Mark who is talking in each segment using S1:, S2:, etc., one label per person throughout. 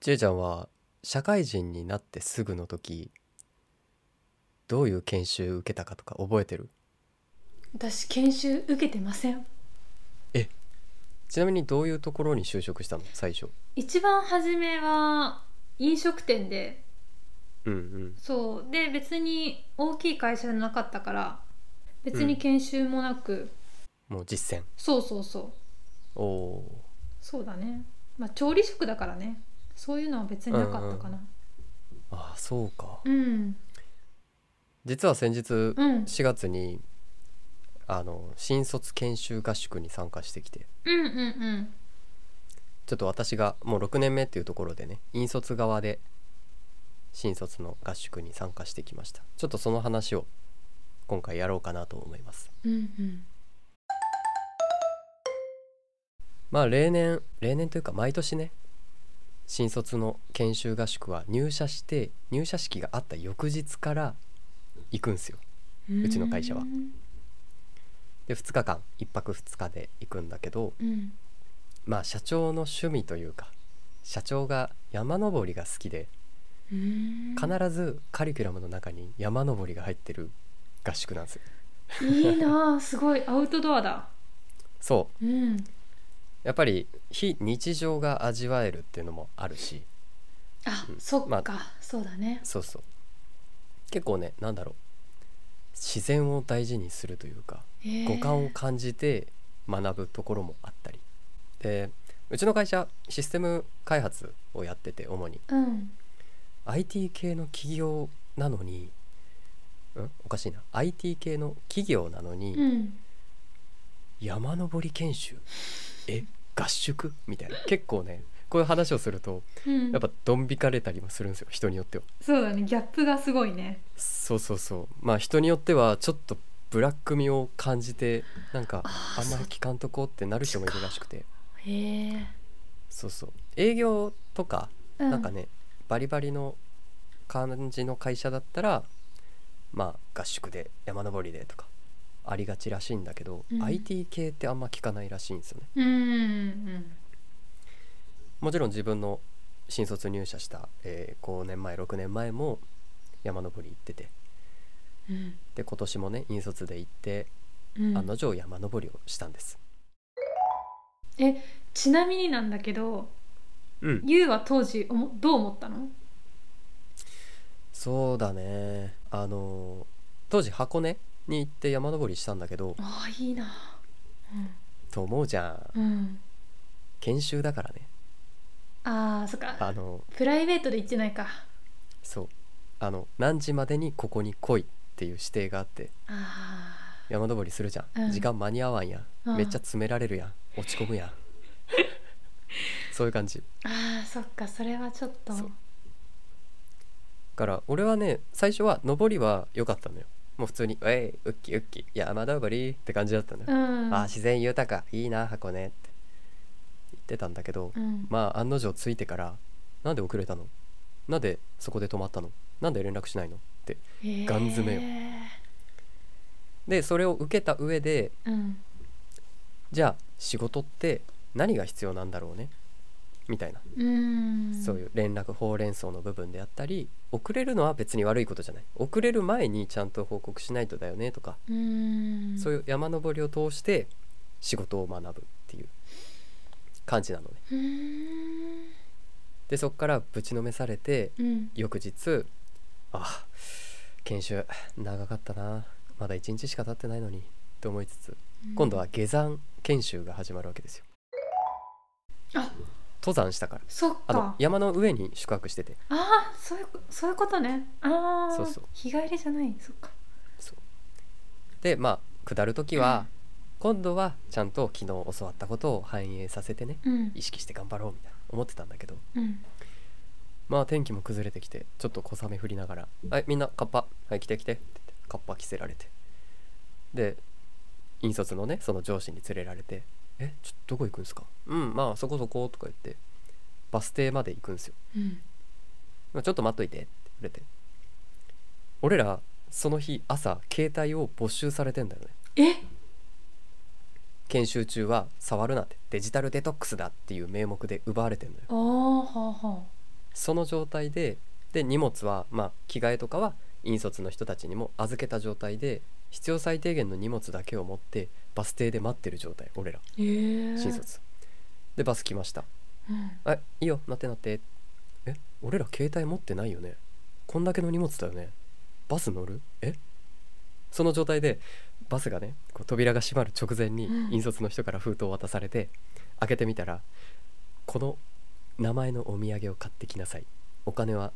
S1: ちえちゃんは社会人になってすぐの時どういう研修受けたかとか覚えてる
S2: 私研修受けてません
S1: ちなみにどういうところに就職したの最初
S2: 一番初めは飲食店で
S1: うんうん
S2: そうで別に大きい会社じゃなかったから別に研修もなく、
S1: もう実践
S2: そうそうそう
S1: おおー
S2: そうだねまあ調理職だからねそういうのは別になかったかな
S1: ああそうか
S2: うん
S1: 実は先日
S2: うんうん
S1: 4月にあの新卒研修合宿に参加してきて
S2: うんうん
S1: ちょっと私がもう6年目っていうところでね引率側で新卒の合宿に参加してきましたちょっとその話を今回やろうかなと思います
S2: うんうん
S1: まあ例年例年というか毎年ね新卒の研修合宿は入社して入社式があった翌日から行くんすよ
S2: うん
S1: うちの会社は
S2: うん
S1: で2日間1泊2日で行くんだけど
S2: うん
S1: まあ社長の趣味というか社長が山登りが好きで
S2: うん
S1: 必ずカリキュラムの中に山登りが入ってる合宿なんですよ
S2: いいな あすごいアウトドアだ
S1: そう
S2: うん
S1: やっぱり非日常が味わえるっていうのもあるし
S2: あ
S1: うん
S2: そっ
S1: ま
S2: か、
S1: あ
S2: そうだね
S1: そうそう結構ねなんだろう自然を大事にするというか
S2: へえ
S1: 五感を感じて学ぶところもあったりでうちの会社システム開発をやってて主に
S2: うん
S1: IT 系の企業なのにんおかしいな IT 系の企業なのに、
S2: うん
S1: 山登り研修え合宿みたいな結構ねこういう話をすると
S2: うん
S1: やっぱドン引かれたりもするんですよ人によっては
S2: そうだねギャップがすごいね
S1: そうそうそうまあ人によってはちょっとブラック味を感じてなんか
S2: あー
S1: あんまり
S2: そ
S1: 聞かんとこうってなる人もいるらしくて
S2: へえ
S1: そうそう営業とか
S2: な
S1: なんかねバリバリの感じの会社だったらまあ合宿で山登りでとかありがちらしいんだけど、
S2: うん
S1: IT 系ってあんま聞かないらしいんですよね
S2: うんうん
S1: もちろん自分の新卒入社した、えー5年前6年前も山登り行ってて
S2: うん
S1: で今年もね引率で行って
S2: うん
S1: 案の定山登りをしたんです
S2: ちなみになんだけど
S1: うん
S2: ゆうは当時おもどう思ったの
S1: そうだねあのー当時箱根に行って山登りしたんだけど
S2: ああいいな
S1: と思うじゃん
S2: うん、うん、
S1: 研修だからね
S2: あーそっか
S1: あの
S2: プライベートで行ってないか
S1: そうあの何時までにここに来いっていう指定があって
S2: あ
S1: 山登りするじゃん、
S2: うん
S1: 時間間に合わんやん、
S2: うん
S1: めっちゃ詰められるやん落ち込むやん そういう感じ
S2: ーあーそっかそれはちょっと
S1: そうから俺はね最初は登りは良かったのよもう普通に「ウえいウッキウッキ山登り」って感じだったのよ、
S2: うん
S1: あー自然豊かいいな箱根って言ってたんだけど、
S2: うん
S1: まあ案の定着いてから「なんで遅れたのなんでそこで泊まったのなんで連絡しないの?」ってガン詰めよ
S2: へ
S1: でそれを受けた上で
S2: ーうん
S1: じゃあ仕事って何が必要なんだろうねみたいな、
S2: うん
S1: そういう連絡ほうれん草の部分であったり遅れるのは別に悪いことじゃない遅れる前にちゃんと報告しないとだよねとか
S2: うん
S1: そう
S2: いう
S1: いう山登りを通して仕事を学ぶっていう感じなのね。
S2: うん
S1: でそこからぶちのめされて
S2: うん
S1: 翌日あ研修長かったなまだ1日しか経ってないのにと思いつつ今度は下山研修が始まるわけですよ。
S2: あ
S1: 登山したから
S2: そっ
S1: あの
S2: か
S1: 山の上に宿泊してて
S2: ああそういうこそういうことねああ
S1: そうそう
S2: 日帰りじゃないそっか
S1: でまあ下る時は今度はちゃんと昨日教わったことを反映させてね
S2: うん
S1: 意識して頑張ろうみたいな思ってたんだけど
S2: うん
S1: まあ天気も崩れてきてちょっと小雨降りながら「はいみんなカッパはい来て来て」って言ってカッパ着せられてで引率のねその上司に連れられて「えちょっとどこ行くんですかうんまあそこそこ」とか言ってバス停まで行くんですよ
S2: うん
S1: 「まあちょっと待っといて」って言われて俺らその日朝携帯を没収されてんだよね
S2: え
S1: 研修中は触るなってデジタルデトックスだっていう名目で奪われてんのよ
S2: ああはあはあ
S1: その状態でで荷物は、まあ、着替えとかは引率の人たちにも預けた状態で必要最低限の荷物だけを持ってバス停で待ってる状態俺ら
S2: えー
S1: 新卒、でバス来ました
S2: うん
S1: 「あいいよなってなって」え俺ら携帯持ってないよねこんだけの荷物だよねバス乗るえその状態でバスがねこう扉が閉まる直前に
S2: うん
S1: 引率の人から封筒を渡されて、開けてみたら「この名前のお土産を買ってきなさいお金は、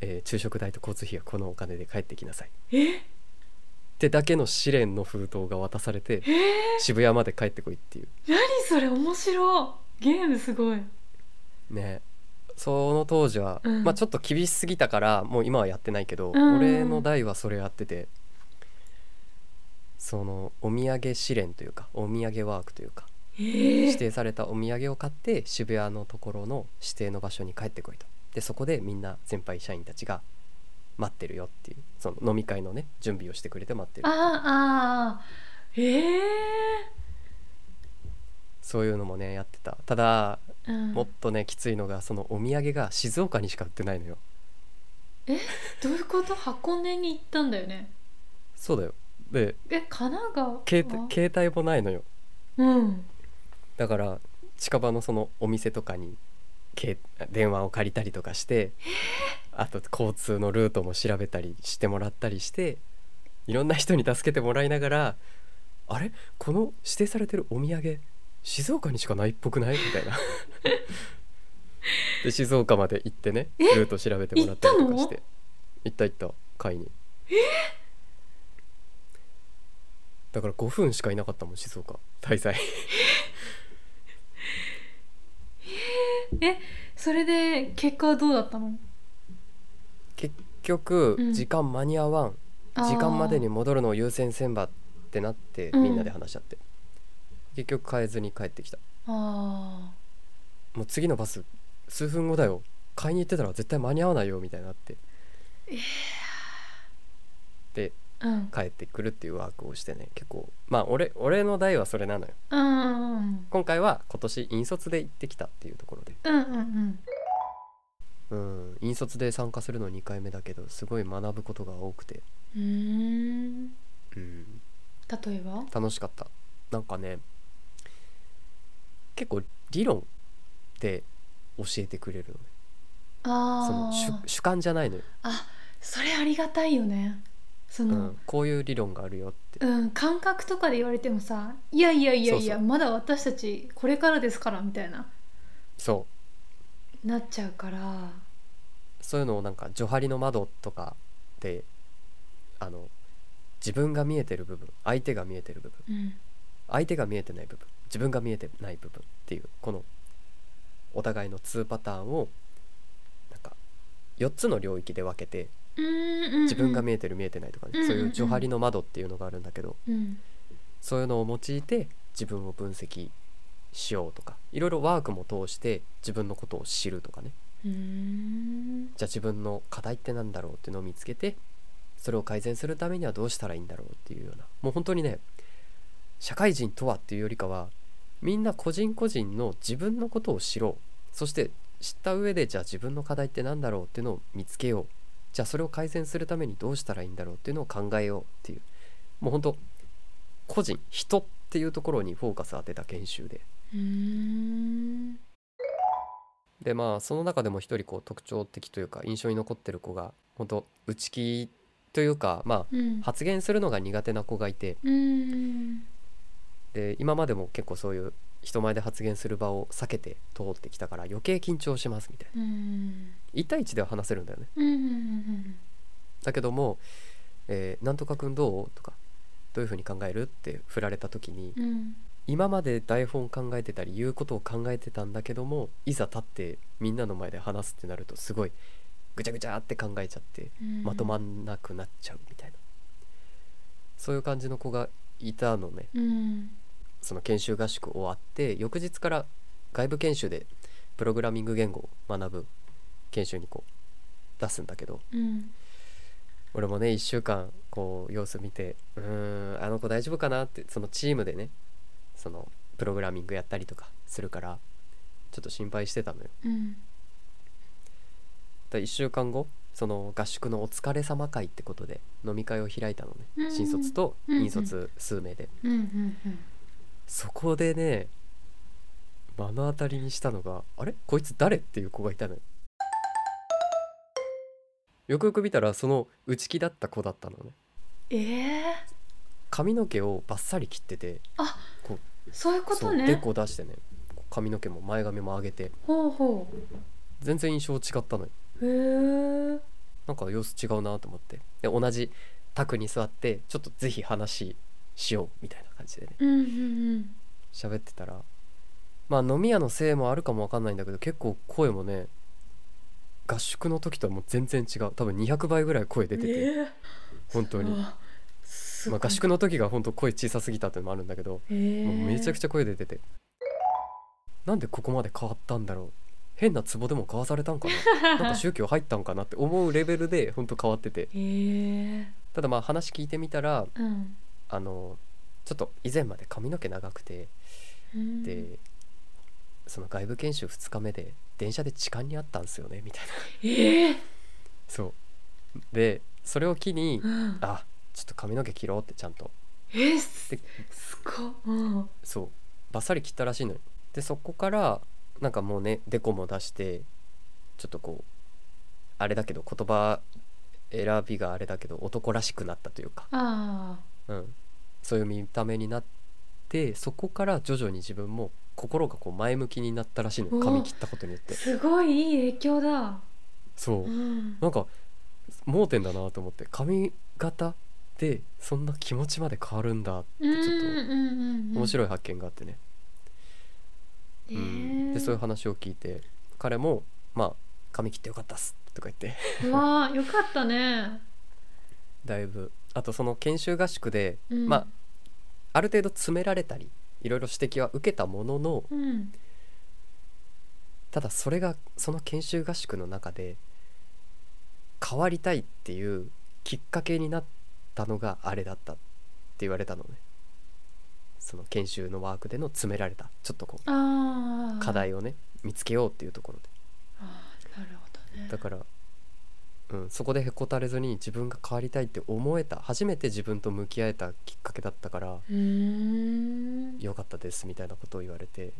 S1: えー昼食代と交通費はこのお金で帰ってきなさい」
S2: え
S1: ってだけの試練の封筒が渡され て
S2: えー
S1: 渋谷まで帰ってこいっていう
S2: 何それ面白いゲームすごい
S1: ねその当時は、
S2: うん
S1: まあちょっと厳しすぎたからもう今はやってないけど、
S2: うん
S1: 俺の代はそれやっててそのお土産試練というかお土産ワークというか
S2: え
S1: 指定されたお土産を買って渋谷のところの指定の場所に帰ってこいとでそこでみんな先輩社員たちが待ってるよっていうその飲み会のね準備をしてくれて待ってる
S2: あーあーえ
S1: そういうのもねやってたただ
S2: えうん
S1: もっとねきついのがそのお土産が静岡にしか売ってないのよ
S2: どういうこと箱根に行ったんだよね
S1: そうだよで
S2: え神奈川
S1: 携帯携帯もないのよ
S2: うん
S1: だから近場のそのお店とかに携電話を借りたりとかしてあと交通のルートも調べたりしてもらったりしていろんな人に助けてもらいながらあれこの指定されてるお土産静岡にしかないっぽくないみたいなで静岡まで行ってねルート調べてもらったりとかして行った行った会にだから5分しかいなかったもん静岡滞在
S2: それで結果はどうだったの
S1: 結局
S2: うん
S1: 時間間に合わん、
S2: あー
S1: 時間までに戻るのを優先せんばってなって
S2: うん
S1: みんなで話し合って、結局変えずに帰ってきた
S2: あ
S1: もう次のバス数分後だよ買いに行ってたら絶対間に合わないよみたいになってで
S2: あうん
S1: 帰ってくるっていうワークをしてね結構まあ俺俺の代はそれなのよ
S2: うんうん
S1: 今回は今年引率で行ってきたっていうところで
S2: うんうんうん
S1: うん引率で参加するの2回目だけどすごい学ぶことが多くて、
S2: うーん
S1: うん、
S2: 例えば
S1: 楽しかったなんかね結構理論で教えてくれるのねそ
S2: あ
S1: の主
S2: あ
S1: 主観じゃないのよ、
S2: あそれありがたいよねそ
S1: うん
S2: の、
S1: こういう理論があるよって
S2: うん感覚とかで言われてもさいやいやいやいや
S1: そうそう
S2: まだ私たちこれからですからみたいな
S1: そ
S2: なっちゃうから
S1: うそういうのをなんか「ジョハリの窓」とかであの自分が見えてる部分相手が見えてる部分
S2: うん
S1: 相手が見えてない部分自分が見えてない部分っていうこのお互いの2パターンをなんか4つの領域で分けて
S2: 自
S1: 自分が見
S2: え
S1: えてる見えてないとかね、
S2: うんうん
S1: そう
S2: うん
S1: いうジョハリの窓っていうのがあるんだけど、
S2: うん
S1: そういうのを用いて自分を分析しようとかいろいろワークも通して自分のことを知るとかね
S2: うーん
S1: じゃあ自分の課題ってなんだろうっていうのを見つけてそれを改善するためにはどうしたらいいんだろうっていうようなもう本当にね社会人とはっていうよりかはみんな個人個人の自分のことを知ろうそして知った上でじゃあ自分の課題ってなんだろうっていうのを見つけようじゃあそれを改善するためにどうしたらいいんだろうっていうのを考えようっていうもう本当個人人っていうところにフォーカス当てた研修で
S2: うーん
S1: でまあその中でも一人こう特徴的というか印象に残ってる子が本当内気というかまあ
S2: うん
S1: 発言するのが苦手な子がいて
S2: うーん
S1: で今までも結構そういう人前で発言する場を避けて通ってきたから余計緊張しますみたいな
S2: うんうん
S1: 1対1では話せるんだよね
S2: うんうん
S1: だけども「えーなんとかくんどう?」とか「どういうふうに考える?」って振られた時に
S2: うんうん
S1: 今まで台本考えてたり言うことを考えてたんだけどもいざ立ってみんなの前で話すってなるとすごいぐちゃぐちゃって考えちゃって
S2: うん
S1: まとまんなくなっちゃうみたいなそういう感じの子がいたのね
S2: うん
S1: その研修合宿終わって翌日から外部研修でプログラミング言語を学ぶ研修にこう出すんだけど
S2: うん
S1: 俺もね1週間こう様子見てうーんあの子大丈夫かなってそのチームでねそのプログラミングやったりとかするからちょっと心配してたのよ
S2: うん
S1: だ1週間後その合宿のお疲れ様会ってことで飲み会を開いたの
S2: うんう
S1: ね
S2: ん
S1: 新卒と
S2: うんうん
S1: 引卒数名で、
S2: うんうん
S1: そこでね目の当たりにしたのがあれこいつ誰っていう子がいたのよよくよく見たらその内気だった子だったのね
S2: ええ
S1: 髪の毛をバッサリ切ってて
S2: ー、そういうこと
S1: そうデ
S2: ね
S1: コ出してね髪の毛も前髪も上げて
S2: ほうほ
S1: 全然印象違ったのよ
S2: うへえ
S1: なんか様子違うなと思ってで同じ卓に座ってちょっとぜひ話しようみたいな感じでね
S2: うんうん
S1: 喋ってたらまあ飲み屋のせいもあるかもわかんないんだけど結構声もね合宿の時とはもう全然違う多分200倍ぐらい声
S2: う
S1: 出
S2: ん
S1: てて、
S2: えー
S1: 本当に、
S2: あす
S1: まあ、合宿の時が本当声小さすぎたってのもあるんだけど、もうめちゃく
S2: ち
S1: ちゃ声出ててなんでここまで変わったんだろう変な壺でも買わされたんかなな
S2: ゃ
S1: んか宗教入ったんかなって思うレベルで本当変わってて
S2: えー、
S1: ただまあ話聞いてみたら
S2: うん
S1: あのちょっと以前まで髪の毛長くて
S2: うん
S1: で、その外部研修2日目で電車で痴漢にあったんですよねみたいな
S2: ええ
S1: そうでそれを機に
S2: うん、
S1: あちょっと髪の毛切ろうってちゃんと
S2: えー、す
S1: です
S2: ごっうん
S1: そうバッサリ切ったらしいのよでそこからなんかもうねデコも出してちょっとこうあれだけど言葉選びがあれだけど男らしくなったというか、
S2: ああ
S1: うん、そういう見た目になってそこから徐々に自分も心がこう前向きになったらしいのよ髪切ったことによって
S2: すごいいい影響だ
S1: そううんなんか盲点だなと思って髪型でそんな気持ちまで変わるんだってちょっと面
S2: い、
S1: 白い発見があってね、
S2: ねえ
S1: うんでそういう話を聞いて彼も「まあ髪切ってよかったっす」とか言って
S2: うわあよかったね、
S1: だいぶあとその研修合宿で、
S2: うん、
S1: まあある程度詰められたりいろいろ指摘は受けたものの
S2: うん
S1: ただそれがその研修合宿の中で変わりたいっていうきっかけになったのがあれだったって言われたのねその研修のワークでの詰められたちょっとこう
S2: ああ
S1: 課題をね見つけようっていうところ
S2: ああなるほどね
S1: でだから、うん、そこでへこたれずに自分が変わりたいって思えた初めて自分と向き合えたきっかけだったから
S2: うーん
S1: 良かったですみたいなことを言われて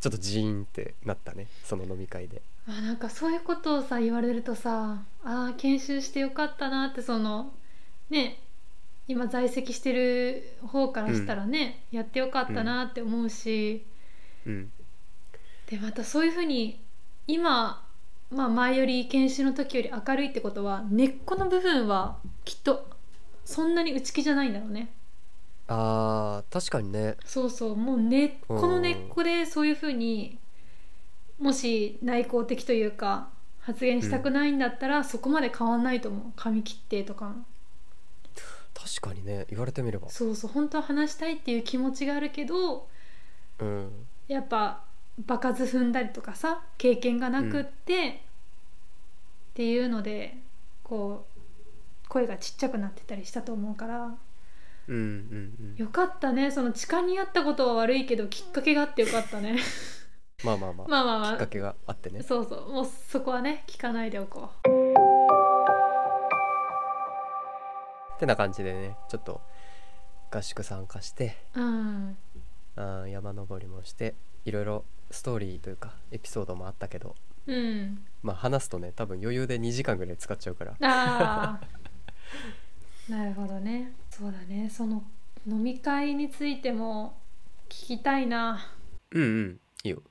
S1: ちょっとジーンってなったねその飲み会で。
S2: あなんかそういうことをさ言われるとさあー研修してよかったなってそのね今在籍してる方からしたらね、やってよかったなって思うし、
S1: うん
S2: でまたそういうふうに今、まあ、前より研修の時より明るいってことは根っこの部分はきっとそんなに内気じゃないんだろうね
S1: あー確かにね
S2: そうそうもう根っこの根っこでそういうふうにもし内向的というか発言したくないんだったら、そこまで変わんないと思う髪切ってとか
S1: 確かにね言われてみれば
S2: そうそう本当は話したいっていう気持ちがあるけど
S1: うん
S2: やっぱ場数踏んだりとかさ経験がなくって、っていうのでこう声がちっちゃくなってたりしたと思うから
S1: うんうんうん
S2: よかったねその痴漢にあったことは悪いけど きっかけがあってよかったね
S1: まあまあまあ、
S2: まあまあまあ
S1: きっかけがあってね
S2: そうそうもうそこはね聞かないでおこ
S1: ってな感じでねちょっと合宿参加して
S2: ううん
S1: あー山登りもしていろいろストーリーというかエピソードもあったけど
S2: うん
S1: まあ話すとね多分余裕で2時間ぐらい使っちゃうから
S2: ああなるほどねそうだねその飲み会についても聞きたいな
S1: うんうんいいよ